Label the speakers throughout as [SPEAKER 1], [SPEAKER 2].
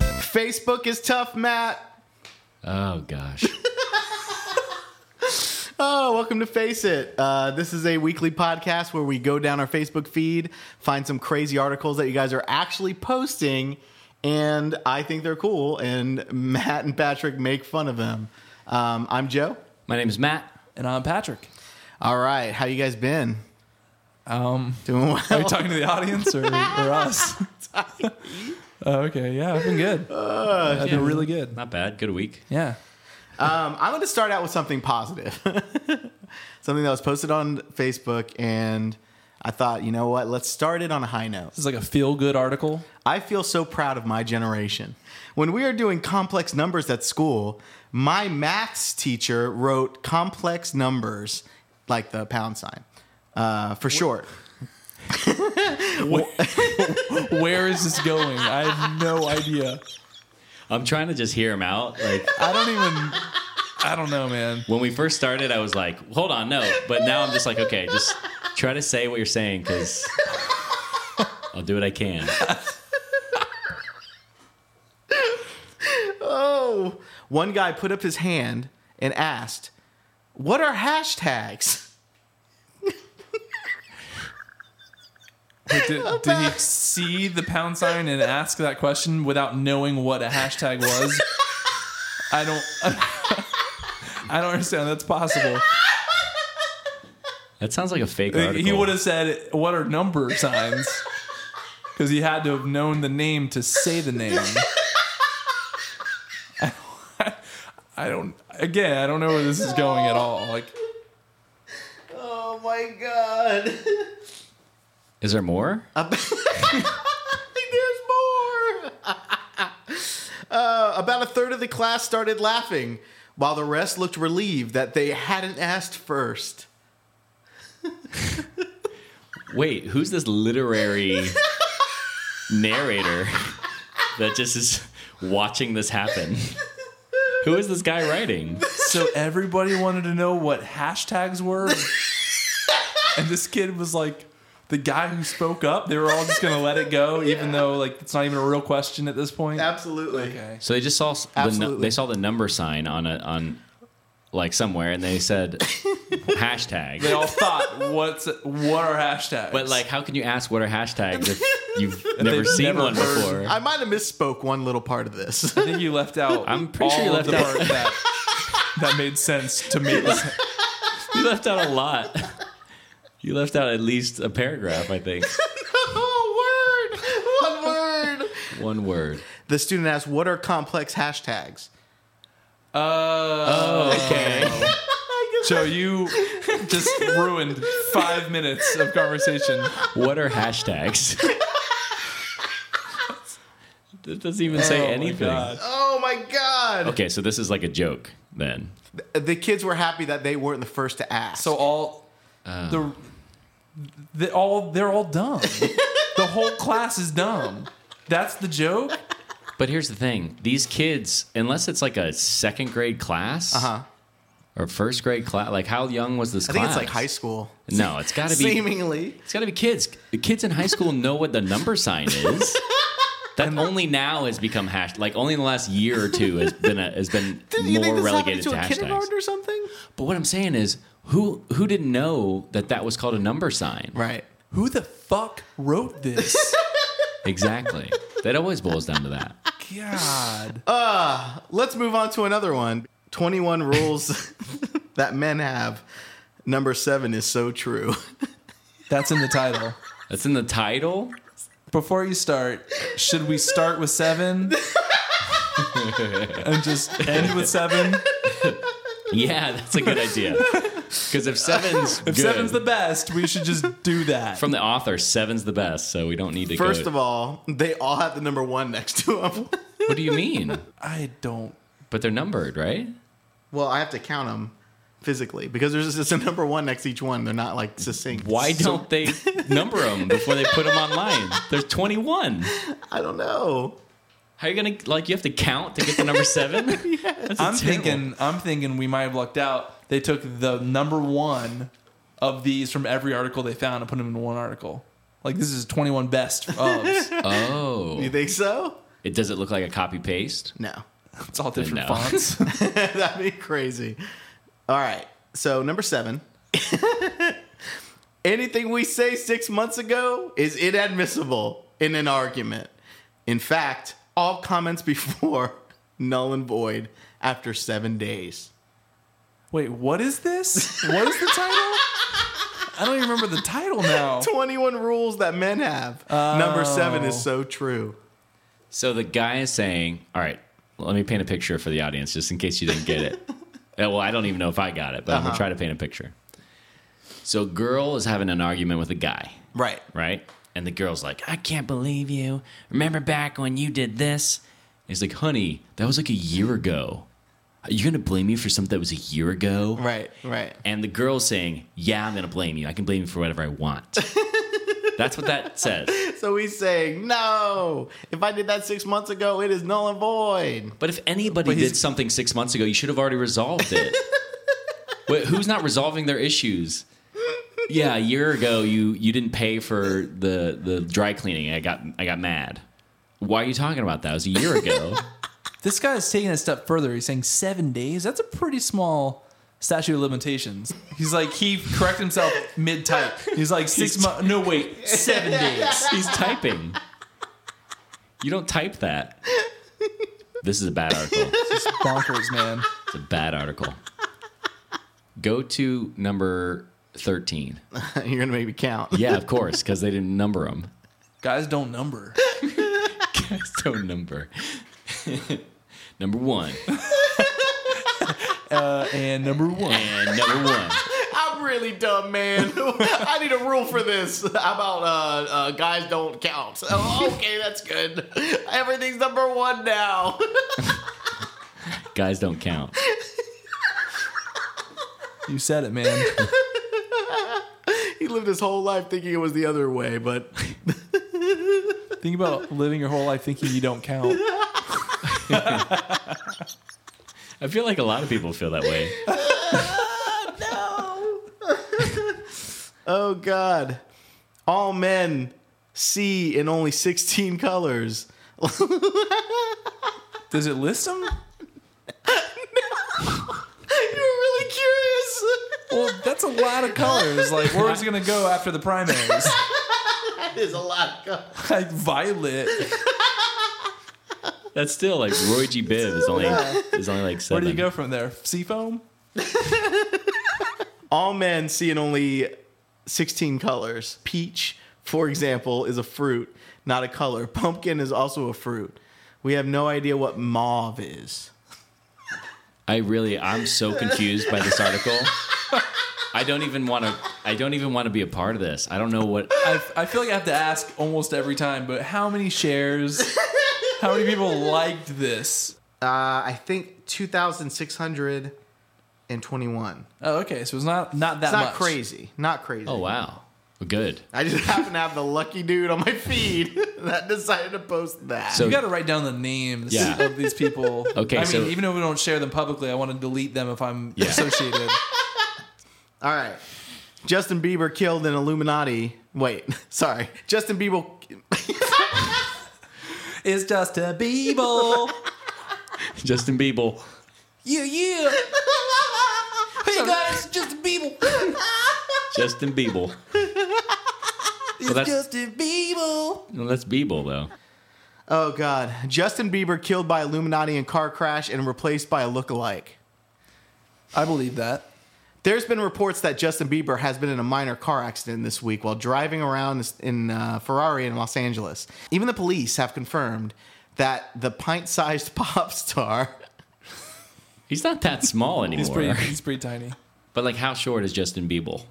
[SPEAKER 1] Facebook is tough, Matt.
[SPEAKER 2] Oh gosh.
[SPEAKER 1] Oh, welcome to Face It. Uh, this is a weekly podcast where we go down our Facebook feed, find some crazy articles that you guys are actually posting, and I think they're cool, and Matt and Patrick make fun of them. Um, I'm Joe.
[SPEAKER 2] My name is Matt.
[SPEAKER 3] And I'm Patrick.
[SPEAKER 1] All right, how you guys been?
[SPEAKER 3] Um,
[SPEAKER 1] Doing well?
[SPEAKER 3] are you talking to the audience or, or us? Oh, okay, yeah, I've been good. I've been really good.
[SPEAKER 2] Not bad. Good week.
[SPEAKER 3] Yeah.
[SPEAKER 1] Um, I'm going to start out with something positive. something that was posted on Facebook, and I thought, you know what? Let's start it on a high note.
[SPEAKER 3] This is like a feel good article.
[SPEAKER 1] I feel so proud of my generation. When we are doing complex numbers at school, my maths teacher wrote complex numbers, like the pound sign, uh, for short.
[SPEAKER 3] Where is this going? I have no idea.
[SPEAKER 2] I'm trying to just hear him out. Like
[SPEAKER 3] I don't even, I don't know, man.
[SPEAKER 2] when we first started, I was like, "Hold on, no." But now I'm just like, "Okay, just try to say what you're saying because I'll do what I can."
[SPEAKER 1] Oh, one guy put up his hand and asked, What are hashtags?
[SPEAKER 3] Like, did, did he see the pound sign and ask that question without knowing what a hashtag was? I don't, I don't understand. That's possible.
[SPEAKER 2] That sounds like a fake
[SPEAKER 3] Like,
[SPEAKER 2] article.
[SPEAKER 3] He would have said, "What are number signs?" Because he had to have known the name to say the name. I- I don't. Again, I don't know where this is going at all. Like,
[SPEAKER 1] Oh my God.
[SPEAKER 2] Is there more?
[SPEAKER 1] There's more. uh, about a third of the class started laughing, while the rest looked relieved that they hadn't asked first.
[SPEAKER 2] Wait, who's this literary narrator that just is watching this happen? Who is this guy writing?
[SPEAKER 3] so everybody wanted to know what hashtags were, and this kid was like. The guy who spoke up, they were all just gonna let it go, even though like it's not even a real question at this point.
[SPEAKER 1] Absolutely.
[SPEAKER 3] Okay.
[SPEAKER 2] So they just saw s- the nu-
[SPEAKER 1] Absolutely.
[SPEAKER 2] they saw the number sign on a on like somewhere, and they said hashtag.
[SPEAKER 3] They all thought, what's what are hashtags?
[SPEAKER 2] But like, how can you ask what are hashtags if you've never
[SPEAKER 3] they've
[SPEAKER 2] seen
[SPEAKER 3] never
[SPEAKER 2] one
[SPEAKER 3] heard.
[SPEAKER 2] before?
[SPEAKER 1] I might have misspoke one little part of this.
[SPEAKER 3] I think you left out.
[SPEAKER 2] I'm pretty sure
[SPEAKER 3] all
[SPEAKER 2] you
[SPEAKER 3] of
[SPEAKER 2] left
[SPEAKER 3] the
[SPEAKER 2] out-
[SPEAKER 3] part that that made sense to me.
[SPEAKER 2] you left out a lot. You left out at least a paragraph, I think.
[SPEAKER 1] oh, word. One word.
[SPEAKER 2] One word.
[SPEAKER 1] The student asked, What are complex hashtags?
[SPEAKER 3] Oh. Uh,
[SPEAKER 2] Oh, Okay.
[SPEAKER 3] Joe, you just ruined five minutes of conversation.
[SPEAKER 2] what are hashtags? That doesn't even say
[SPEAKER 3] Oh my
[SPEAKER 2] anything.
[SPEAKER 3] God.
[SPEAKER 1] Oh my God.
[SPEAKER 2] Okay, so this is like a joke then.
[SPEAKER 1] Uh, The kids were happy that they weren't the first to ask.
[SPEAKER 3] So all
[SPEAKER 2] Uh.
[SPEAKER 3] the, the all they're all dumb. the whole class is dumb. That's the joke.
[SPEAKER 2] But here's the thing: these kids, unless it's like a second grade class,
[SPEAKER 1] Uh-huh.
[SPEAKER 2] or first grade class, like how young was this
[SPEAKER 1] I think
[SPEAKER 2] class?
[SPEAKER 1] it's like high school.
[SPEAKER 2] No, it's got to be.
[SPEAKER 1] Seemingly.
[SPEAKER 2] It's got to be kids. The kids in high school know what the number sign is. That only now has become hash. Like only in the last year or two has been a, has been
[SPEAKER 1] Didn't you think
[SPEAKER 2] more
[SPEAKER 1] this happened
[SPEAKER 2] relegated to,
[SPEAKER 1] to, a
[SPEAKER 2] hashtags.
[SPEAKER 1] kindergarten or something?
[SPEAKER 2] But what I'm saying is, who who didn't know that that was called a number sign?
[SPEAKER 1] Right.
[SPEAKER 3] Who the fuck wrote this?
[SPEAKER 2] Exactly. that always boils down to that.
[SPEAKER 3] God.
[SPEAKER 1] Let's move on to another one. 21 rules that men have. Number seven is so true.
[SPEAKER 3] That's in the title.
[SPEAKER 2] That's in the title.
[SPEAKER 3] Before you start, should we start with seven? and just end with seven?
[SPEAKER 2] Yeah, that's a good idea. Because if seven's
[SPEAKER 3] If
[SPEAKER 2] good,
[SPEAKER 3] seven's the best, we should just do that.
[SPEAKER 2] from the author, seven's the best. So we don't need to.
[SPEAKER 1] First
[SPEAKER 2] go,
[SPEAKER 1] of all, they all have the number one next to them.
[SPEAKER 2] what do you mean?
[SPEAKER 3] I don't.
[SPEAKER 2] But they're numbered, right?
[SPEAKER 1] well, I have to count them physically because there's just a number one next to each one. They're not like succinct.
[SPEAKER 2] Why
[SPEAKER 1] So-
[SPEAKER 2] don't they number them before they put them online? There's 21.
[SPEAKER 1] I don't know.
[SPEAKER 2] How are you gonna like? You have to count to get the number seven. That's terrible.
[SPEAKER 3] I'm thinking. I'm thinking we might have lucked out. They took the number one of these from every article they found and put them in one article. Like this is 21 best ofs.
[SPEAKER 2] Oh,
[SPEAKER 1] You think so?
[SPEAKER 2] It does it look like a copy paste?
[SPEAKER 1] No.
[SPEAKER 3] It's all different
[SPEAKER 2] No.
[SPEAKER 3] fonts.
[SPEAKER 1] That'd be crazy. All right. So number seven. Anything we say six months ago is inadmissible in an argument. In fact, all comments before null and void after seven days.
[SPEAKER 3] Wait, what is this? What is the title? I don't even remember the title now.
[SPEAKER 1] 21 rules that men have. Number seven is so true.
[SPEAKER 2] So the guy is saying, "All right, let me paint a picture for the audience, just in case you didn't get it." Uh, well, I don't even know if I got it, but I'm gonna try to paint a picture. So, girl is having an argument with a guy.
[SPEAKER 1] Right.
[SPEAKER 2] right? And the girl's like, I can't believe you. Remember back when you did this? And he's like, honey, that was like a year ago. Are you going to blame me for something that was a year ago?
[SPEAKER 1] Right. Right.
[SPEAKER 2] And the girl's saying, Yeah, I'm going to blame you. I can blame you for whatever I want. That's what that says.
[SPEAKER 1] So he's saying, no, if I did that six months ago, it is null and void.
[SPEAKER 2] But if anybody
[SPEAKER 3] But he's-
[SPEAKER 2] did something six months ago, you should have already resolved it. Wait, who's not resolving their issues? Yeah, a year ago you you didn't pay for the the dry cleaning. I got I got mad. Why are you talking about that? It was a year ago.
[SPEAKER 3] This guy is taking it a step further. He's saying seven days. That's a pretty small statute of limitations. He's like he corrected himself mid type. He's like six months. No wait, seven days.
[SPEAKER 2] He's typing. You don't type that. This is a bad article.
[SPEAKER 3] It's bonkers, man.
[SPEAKER 2] It's a bad article. Go to number 13.
[SPEAKER 1] You're going to make me count.
[SPEAKER 2] Yeah, of course, because they didn't number them.
[SPEAKER 3] Guys don't number.
[SPEAKER 2] So number. number one.
[SPEAKER 3] Uh, and number one,
[SPEAKER 2] And number one.
[SPEAKER 1] I'm really dumb, man. I need a rule for this. How about uh, uh, guys don't count? Oh, okay, that's good. Everything's number one now.
[SPEAKER 2] Guys don't count.
[SPEAKER 3] you said it, man.
[SPEAKER 1] he lived his whole life thinking it was the other way, but
[SPEAKER 3] Think about living your whole life thinking you don't count.
[SPEAKER 2] I feel like a lot of people feel that way.
[SPEAKER 1] oh god, all men see in only 16 colors.
[SPEAKER 3] Does it list them?
[SPEAKER 1] You're really curious.
[SPEAKER 3] Well, that's a lot of colors. Like, where's it gonna go after the primaries?
[SPEAKER 1] that is a lot of colors.
[SPEAKER 3] Like violet.
[SPEAKER 2] That's still like Roy G. Biv is only is only like
[SPEAKER 3] Where
[SPEAKER 2] seven.
[SPEAKER 3] do you go from there? Seafoam.
[SPEAKER 1] all men see in only 16 colors. Peach, for example, is a fruit, not a color. Pumpkin is also a fruit. We have no idea what mauve is.
[SPEAKER 2] I really I'm so confused by this article. I don't even want to I don't even want to be a part of this. I don't know what
[SPEAKER 3] I, I feel like I have to ask almost every time, but how many shares? How many people liked this?
[SPEAKER 1] Uh, I think 2,621.
[SPEAKER 3] Oh, okay, so it's not not that
[SPEAKER 1] It's not
[SPEAKER 3] much.
[SPEAKER 1] crazy. Not crazy.
[SPEAKER 2] Oh wow. Good.
[SPEAKER 1] I just happen to have the lucky dude on my feed that decided to post that.
[SPEAKER 2] So-
[SPEAKER 3] You got to write down the names
[SPEAKER 2] Yeah.
[SPEAKER 3] of these people.
[SPEAKER 2] Okay,
[SPEAKER 3] I mean,
[SPEAKER 2] so-
[SPEAKER 3] even if we don't share them publicly, I want to delete them if I'm
[SPEAKER 2] Yeah.
[SPEAKER 3] associated.
[SPEAKER 1] All right. Justin Bieber killed an Illuminati. Wait, sorry. Justin Bieber.
[SPEAKER 3] It's just a Beeble.
[SPEAKER 2] Justin Bieber.
[SPEAKER 3] Yeah, yeah. Hey guys, just a Beeble.
[SPEAKER 2] Justin Bieber.
[SPEAKER 3] It's
[SPEAKER 2] that's-
[SPEAKER 3] just a Beeble.
[SPEAKER 2] No, that's Bieber though.
[SPEAKER 1] Oh God! Justin Bieber killed by Illuminati in car crash and replaced by a look-alike.
[SPEAKER 3] I believe that.
[SPEAKER 1] There's been reports that Justin Bieber has been in a minor car accident this week while driving around in uh, Ferrari in Los Angeles. Even the police have confirmed that the pint-sized pop star.
[SPEAKER 2] He's not that small
[SPEAKER 3] He's
[SPEAKER 2] anymore.
[SPEAKER 3] pretty. He's pretty tiny.
[SPEAKER 2] But like how short is Justin Bieber?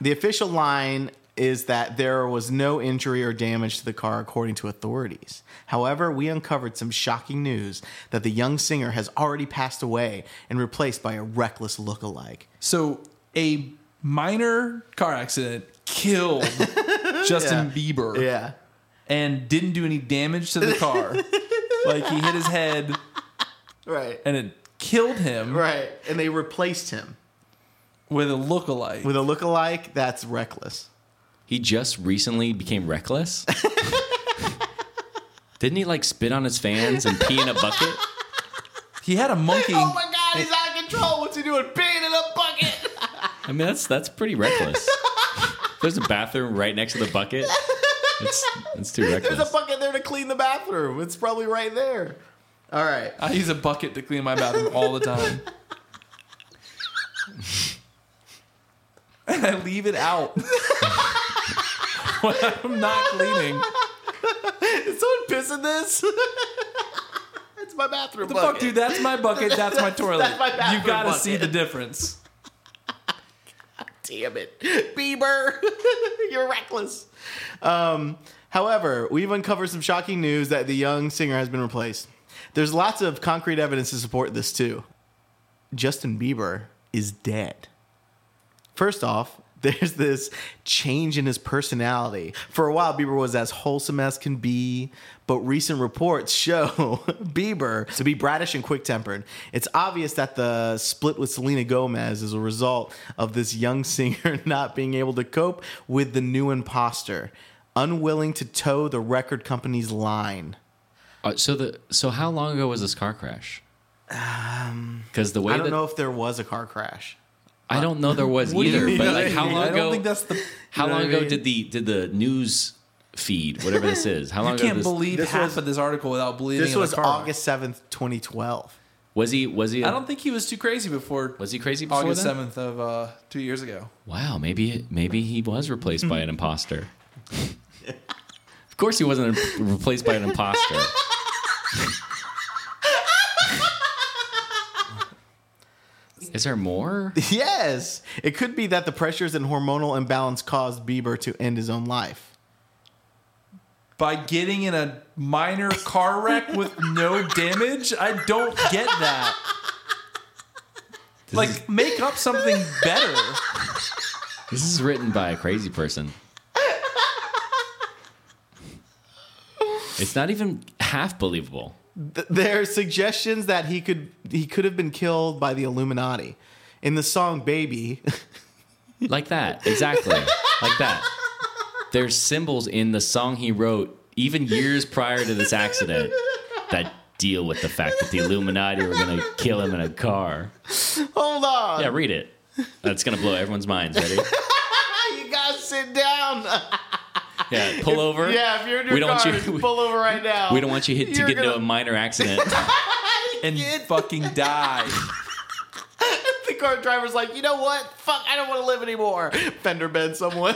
[SPEAKER 1] The official line is that there was no injury or damage to the car, according to authorities. However, we uncovered some shocking news that the young singer has already passed away and replaced by a reckless look-alike.
[SPEAKER 3] So a minor car accident killed Justin Bieber
[SPEAKER 1] Yeah.
[SPEAKER 3] and didn't do any damage to the car. like he hit his head
[SPEAKER 1] Right.
[SPEAKER 3] and it killed him
[SPEAKER 1] Right. And they replaced him
[SPEAKER 3] with a lookalike.
[SPEAKER 1] with a look-alike that's reckless.
[SPEAKER 2] He just recently became reckless. Didn't he like spit on his fans and pee in a bucket?
[SPEAKER 3] He had a monkey.
[SPEAKER 1] Oh my god, he's out of control. What's he doing? Peeing in a bucket.
[SPEAKER 2] I mean, that's that's pretty reckless. There's a bathroom right next to the bucket. It's, it's too reckless.
[SPEAKER 1] There's a bucket there to clean the bathroom. It's probably right there. All right.
[SPEAKER 3] I use a bucket to clean my bathroom all the time. and I leave it out when I'm not cleaning. What
[SPEAKER 1] Is someone pissing this? it's my bathroom
[SPEAKER 3] the
[SPEAKER 1] bucket.
[SPEAKER 3] fuck, dude? That's my bucket. That's my toilet.
[SPEAKER 1] That's my bathroom
[SPEAKER 3] you gotta
[SPEAKER 1] bucket.
[SPEAKER 3] see the difference.
[SPEAKER 1] Damn it, Bieber, you're reckless. Um, however, we've uncovered some shocking news that the young singer has been replaced. There's lots of concrete evidence to support this too. Justin Bieber is dead. First off, there's this change in his personality. For a while, Bieber was as wholesome as can be, but recent reports show Bieber to be bratish and quick tempered. It's obvious that the split with Selena Gomez is a result of this young singer not being able to cope with the new imposter, unwilling to toe the record company's line.
[SPEAKER 2] Uh, so the so how long ago was this car crash?
[SPEAKER 3] Um,
[SPEAKER 2] Because the way
[SPEAKER 1] I don't
[SPEAKER 2] that
[SPEAKER 1] know if there was a car crash.
[SPEAKER 2] I don't know there was
[SPEAKER 3] What do you
[SPEAKER 2] either,
[SPEAKER 3] mean?
[SPEAKER 2] but like how long
[SPEAKER 3] I don't
[SPEAKER 2] ago?
[SPEAKER 3] think that's the.
[SPEAKER 2] how
[SPEAKER 1] know
[SPEAKER 2] long
[SPEAKER 1] what I
[SPEAKER 2] ago
[SPEAKER 1] mean?
[SPEAKER 2] did the did the news feed whatever this is? How long
[SPEAKER 3] You
[SPEAKER 2] ago
[SPEAKER 3] can't
[SPEAKER 2] this,
[SPEAKER 3] believe
[SPEAKER 1] This
[SPEAKER 3] half
[SPEAKER 1] was-
[SPEAKER 3] of this article without believing.
[SPEAKER 1] This
[SPEAKER 3] in the
[SPEAKER 1] was
[SPEAKER 3] car.
[SPEAKER 1] August 7th, 2012.
[SPEAKER 2] was he was he
[SPEAKER 3] I don't think he was too crazy before
[SPEAKER 2] was he crazy before
[SPEAKER 3] August
[SPEAKER 2] then?
[SPEAKER 3] seventh of uh, two years ago.
[SPEAKER 2] Wow, maybe it, maybe he was replaced by an imposter. of course, he wasn't replaced by an imposter. Is there more?
[SPEAKER 1] Yes. It could be that the pressures and hormonal imbalance caused Bieber to end his own life.
[SPEAKER 3] By getting in a minor car wreck with no damage, I don't get that. like, make up something better.
[SPEAKER 2] This is written by a crazy person. It's not even half believable.
[SPEAKER 1] Th- there are suggestions that he could he could have been killed by the Illuminati. In the song Baby,
[SPEAKER 2] Like that, exactly. Like that. There's symbols in the song he wrote even years prior to this accident that deal with the fact that the Illuminati were going to kill him in a car.
[SPEAKER 1] hold on.
[SPEAKER 2] Yeah, read it. That's going to blow everyone's minds. Ready?
[SPEAKER 1] You guys sit down.
[SPEAKER 2] Yeah, pull over.
[SPEAKER 1] Yeah, if you're in your
[SPEAKER 2] We don't
[SPEAKER 1] car,
[SPEAKER 2] want you-
[SPEAKER 1] pull over right now.
[SPEAKER 2] We don't want you hit, to
[SPEAKER 1] You're
[SPEAKER 2] get into
[SPEAKER 1] gonna-
[SPEAKER 2] a minor accident.
[SPEAKER 3] And fucking die.
[SPEAKER 1] the car driver's like, you know what? Fuck, I don't want to live anymore. Fender bend someone.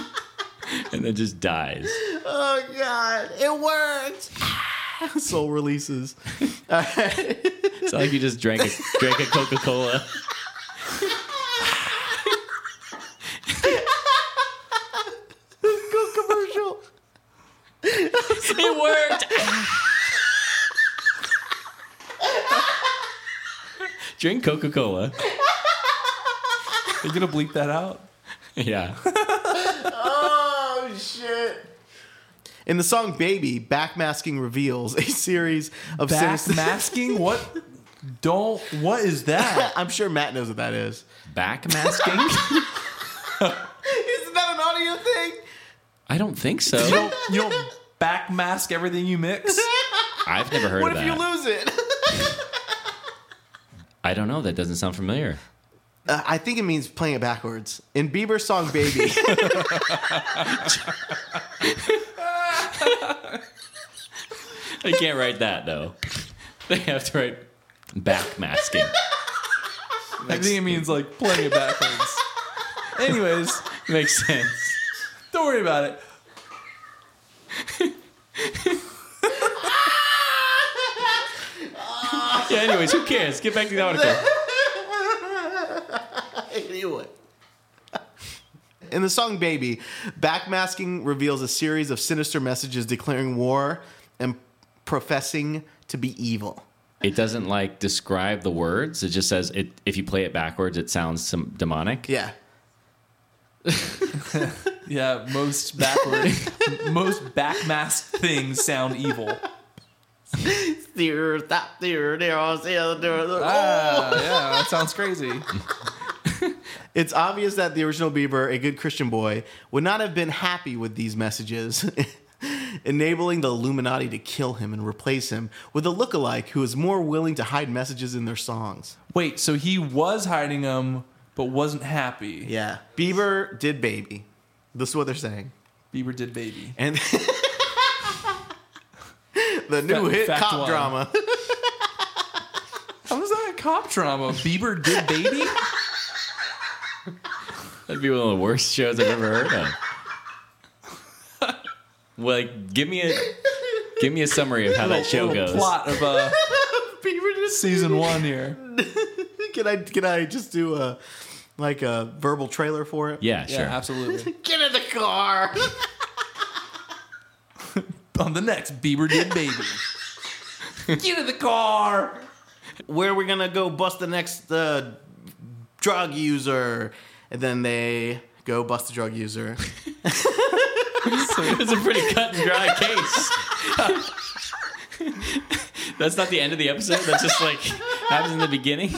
[SPEAKER 2] and then just dies.
[SPEAKER 1] Oh god, it worked. Soul releases.
[SPEAKER 2] It's not like you just drank a, drank a Coca Cola.
[SPEAKER 1] Good commercial.
[SPEAKER 2] It worked. Drink Coca Cola.
[SPEAKER 3] Are you gonna bleep that out?
[SPEAKER 2] Yeah.
[SPEAKER 1] Oh shit. In the song Baby, backmasking reveals a series of
[SPEAKER 3] Back
[SPEAKER 1] sinister-
[SPEAKER 3] masking? What? Don't. What is that?
[SPEAKER 1] I'm sure Matt knows what that is.
[SPEAKER 2] Back masking?
[SPEAKER 1] Isn't that an audio thing?
[SPEAKER 2] I don't think so.
[SPEAKER 3] You don't. You don't back mask everything you mix.
[SPEAKER 2] I've never heard
[SPEAKER 1] what
[SPEAKER 2] of
[SPEAKER 1] if you
[SPEAKER 2] that.
[SPEAKER 1] lose it?
[SPEAKER 2] I don't know. That doesn't sound familiar.
[SPEAKER 1] Uh, I think it means playing it backwards. In Bieber's song Baby,
[SPEAKER 2] They can't write that though. They have to write back masking.
[SPEAKER 3] I think it means like playing it backwards. Anyways,
[SPEAKER 2] Makes sense.
[SPEAKER 3] don't worry about it.
[SPEAKER 2] Yeah. Anyways, who cares? Get back to the article.
[SPEAKER 1] anyway. In the song Baby, backmasking reveals a series of sinister messages declaring war and professing to be evil.
[SPEAKER 2] It doesn't like describe the words. It just says it. If you play it backwards, it sounds some demonic.
[SPEAKER 1] Yeah.
[SPEAKER 3] Yeah, most backward, most backmask things sound evil.
[SPEAKER 1] Steer, stop, steer, there, I'll see you there.
[SPEAKER 3] Ah, yeah, that sounds crazy.
[SPEAKER 1] It's obvious that the original Bieber, a good Christian boy, would not have been happy with these messages. enabling the Illuminati to kill him and replace him with a lookalike who is more willing to hide messages in their songs.
[SPEAKER 3] Wait, so he was hiding them, but wasn't happy.
[SPEAKER 1] Yeah. Bieber did baby. This is what they're saying.
[SPEAKER 3] Bieber did baby.
[SPEAKER 1] And the new
[SPEAKER 3] Fact-
[SPEAKER 1] hit
[SPEAKER 3] fact
[SPEAKER 1] cop
[SPEAKER 3] one.
[SPEAKER 1] drama.
[SPEAKER 3] How was that a cop drama? Bieber did baby?
[SPEAKER 2] That'd be one of the worst shows I've ever heard of. like, give me a give me a summary of how that show
[SPEAKER 3] Little
[SPEAKER 2] goes.
[SPEAKER 3] Plot of uh,
[SPEAKER 1] Bieber did
[SPEAKER 3] season one here.
[SPEAKER 1] Can I can I just do a like a verbal trailer for it?
[SPEAKER 2] Yeah,
[SPEAKER 3] Yeah,
[SPEAKER 2] sure.
[SPEAKER 3] absolutely.
[SPEAKER 1] Get in the car.
[SPEAKER 3] On the next, Bieber did baby. Get in the car.
[SPEAKER 1] Where we gonna go bust the next uh, drug user? And then they go bust the drug user.
[SPEAKER 2] It's a pretty cut and dry case. That's not the end of the episode. That's just like happens in the beginning.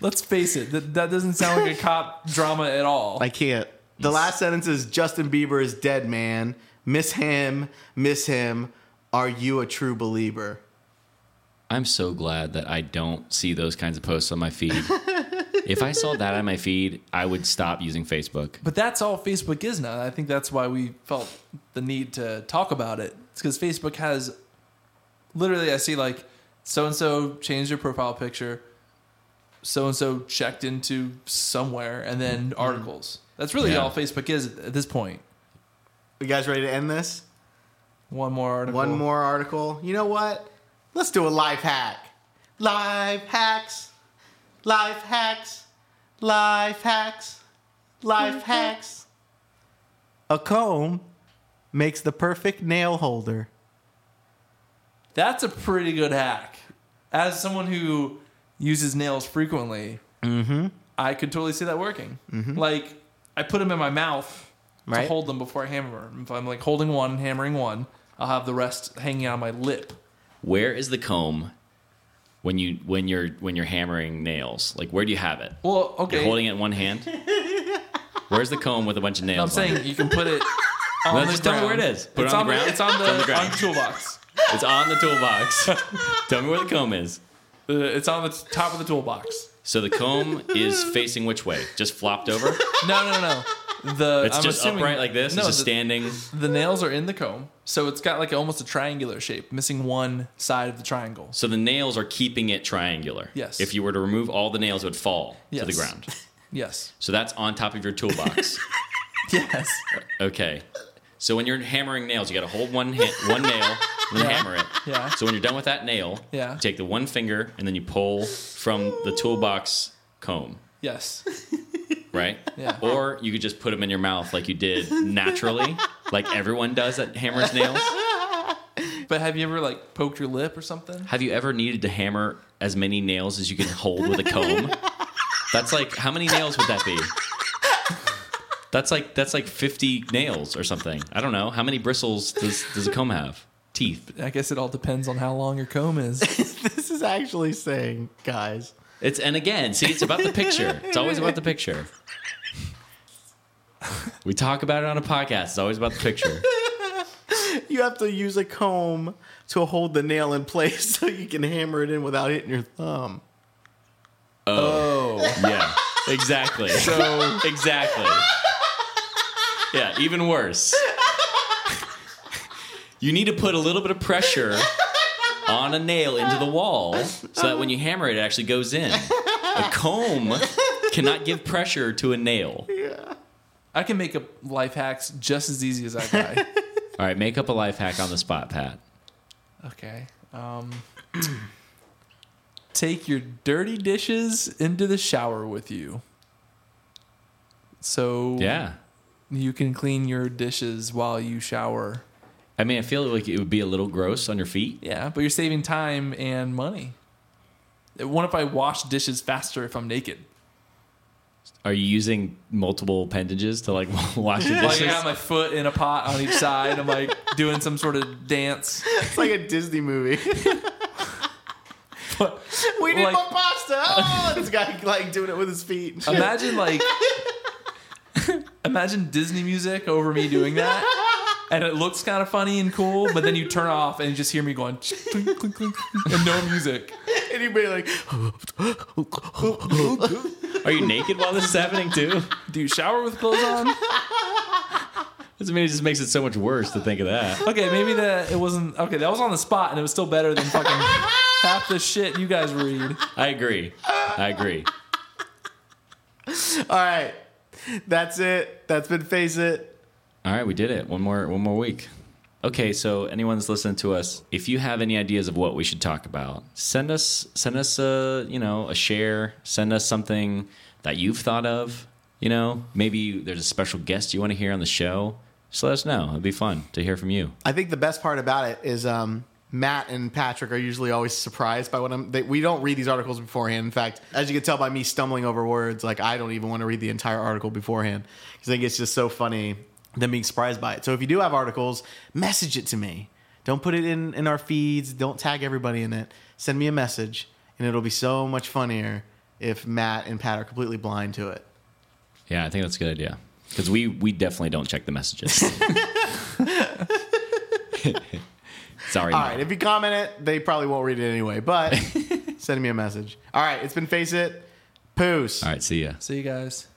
[SPEAKER 3] Let's face it, that, that doesn't sound like a cop drama at all.
[SPEAKER 1] I can't. The last sentence is Justin Bieber is dead, man. Miss him, miss him. Are you a true believer?
[SPEAKER 2] I'm so glad that I don't see those kinds of posts on my feed. if I saw that on my feed, I would stop using Facebook.
[SPEAKER 3] But that's all Facebook is now. I think that's why we felt the need to talk about it. It's because Facebook has literally, I see like so and so changed their profile picture, so and so checked into somewhere, and then
[SPEAKER 1] Mm-hmm.
[SPEAKER 3] articles. That's really
[SPEAKER 2] Yeah.
[SPEAKER 3] all Facebook is at this point.
[SPEAKER 1] You guys ready to end this?
[SPEAKER 3] One more article.
[SPEAKER 1] One more article. You know what? Let's do a life hack. Life hacks. Life hacks. Life hacks. Life hacks. A comb makes the perfect nail holder.
[SPEAKER 3] That's a pretty good hack. As someone who uses nails frequently,
[SPEAKER 2] Mm-hmm.
[SPEAKER 3] I could totally see that working. Like, I put them in my mouth
[SPEAKER 1] Right.
[SPEAKER 3] to hold them before I hammer 'em. If I'm like holding one, hammering one, I'll have the rest hanging out on my lip.
[SPEAKER 2] Where is the comb when you when you're when you're hammering nails? Like where do you have it?
[SPEAKER 3] Well, okay.
[SPEAKER 2] You're holding it in one hand. Where's the comb with a bunch of nails?
[SPEAKER 3] I'm
[SPEAKER 2] on it?
[SPEAKER 3] saying you can put it on
[SPEAKER 2] No,
[SPEAKER 3] the
[SPEAKER 2] just tell me
[SPEAKER 3] ground.
[SPEAKER 2] where it is. Put it
[SPEAKER 3] it's
[SPEAKER 2] on the ground.
[SPEAKER 3] It's on the,
[SPEAKER 2] It's on the ground.
[SPEAKER 3] on the toolbox.
[SPEAKER 2] it's on the toolbox. Tell me where the comb is.
[SPEAKER 3] Uh, it's on the top of the toolbox.
[SPEAKER 2] So the comb is facing which way? Just flopped over.
[SPEAKER 3] No, no, no. The
[SPEAKER 2] It's
[SPEAKER 3] I'm
[SPEAKER 2] just
[SPEAKER 3] assuming,
[SPEAKER 2] upright like this.
[SPEAKER 3] No,
[SPEAKER 2] it's just
[SPEAKER 3] the-
[SPEAKER 2] standing.
[SPEAKER 3] The nails are in the comb, so it's got like almost a triangular shape, missing one side of the triangle.
[SPEAKER 2] So the nails are keeping it triangular.
[SPEAKER 3] Yes.
[SPEAKER 2] If you were to remove all the nails, it would fall to the
[SPEAKER 3] Yes.
[SPEAKER 2] ground.
[SPEAKER 3] Yes.
[SPEAKER 2] So that's on top of your toolbox.
[SPEAKER 3] Yes.
[SPEAKER 2] okay. So when you're hammering nails, you got to hold one hand, one nail and then
[SPEAKER 3] Yeah.
[SPEAKER 2] hammer it.
[SPEAKER 3] Yeah.
[SPEAKER 2] So when you're done with that nail,
[SPEAKER 3] Yeah.
[SPEAKER 2] you take the one finger and then you pull from the toolbox comb,
[SPEAKER 3] Yes.
[SPEAKER 2] right?
[SPEAKER 3] Yeah.
[SPEAKER 2] Or you could just put them in your mouth like you did naturally, like everyone does that hammers nails.
[SPEAKER 3] But have you ever like poked your lip or something?
[SPEAKER 2] Have you ever needed to hammer as many nails as you can hold with a comb? That's like how many nails would that be? That's like that's like 50 nails or something. I don't know. How many bristles does does a comb have? Teeth.
[SPEAKER 3] I guess it all depends on how long your comb is.
[SPEAKER 1] This is actually saying, guys.
[SPEAKER 2] It's and again, see, it's about the picture. It's always about the picture. We talk about it on a podcast. It's always about the picture.
[SPEAKER 1] You have to use a comb to hold the nail in place so you can hammer it in without hitting your thumb.
[SPEAKER 3] Oh.
[SPEAKER 2] Yeah. Exactly.
[SPEAKER 3] So
[SPEAKER 2] Exactly. Yeah, even worse. You need to put a little bit of pressure on a nail into the wall so that when you hammer it, it actually goes in. A comb cannot give pressure to a nail.
[SPEAKER 3] I can make up life hacks just as easy as that guy.
[SPEAKER 2] All right, make up a life hack on the spot, Pat.
[SPEAKER 3] Okay. Um, take your dirty dishes into the shower with you. So
[SPEAKER 2] Yeah.
[SPEAKER 3] you can clean your dishes while you shower.
[SPEAKER 2] I mean, I feel like it would be a little gross on your feet.
[SPEAKER 3] Yeah, but you're saving time and money. What if I wash dishes faster if I'm naked?
[SPEAKER 2] Are you using multiple appendages to like wash the
[SPEAKER 3] Like I
[SPEAKER 2] dishes?
[SPEAKER 3] got my foot in a pot on each side. I'm like doing some sort of dance.
[SPEAKER 1] It's like a Disney movie. we need
[SPEAKER 3] Like-
[SPEAKER 1] more pasta. Oh, this guy like doing it with his feet.
[SPEAKER 3] Imagine like, imagine Disney music over me doing that. and it looks kind of funny and cool, but then you turn it off and you just hear me going clink, clink, clink, and no music.
[SPEAKER 1] Anybody like,
[SPEAKER 2] Are you naked while this is happening too?
[SPEAKER 3] Do you shower with clothes on?
[SPEAKER 2] I mean, it just makes it so much worse to think of that.
[SPEAKER 3] Okay, maybe that it wasn't okay. That was on the spot, and it was still better than fucking half the shit you guys read.
[SPEAKER 2] I agree. I agree.
[SPEAKER 1] all right, that's it. That's been Face It.
[SPEAKER 2] All right, we did it. One more one more week. Okay, so anyone that's listening to us, if you have any ideas of what we should talk about, send us send us a, you know, a share, send us something that you've thought of, you know, maybe there's a special guest you want to hear on the show. Just let us know. It'd be fun to hear from you.
[SPEAKER 1] I think the best part about it is um, Matt and Patrick are usually always surprised by what I'm. They, we don't read these articles beforehand. In fact, as you can tell by me stumbling over words, like I don't even want to read the entire article beforehand because I think it's just so funny them being surprised by it. So if you do have articles, message it to me. Don't put it in in our feeds. Don't tag everybody in it. Send me a message, and it'll be so much funnier if Matt and Pat are completely blind to it.
[SPEAKER 2] Yeah, I think that's a good idea. Cuz we we definitely don't check the messages. Sorry.
[SPEAKER 1] All
[SPEAKER 2] Matt.
[SPEAKER 1] right, if you comment it, they probably won't read it anyway. But send me a message. All right, it's been Face It. Poos.
[SPEAKER 2] All right, see ya.
[SPEAKER 3] See you guys.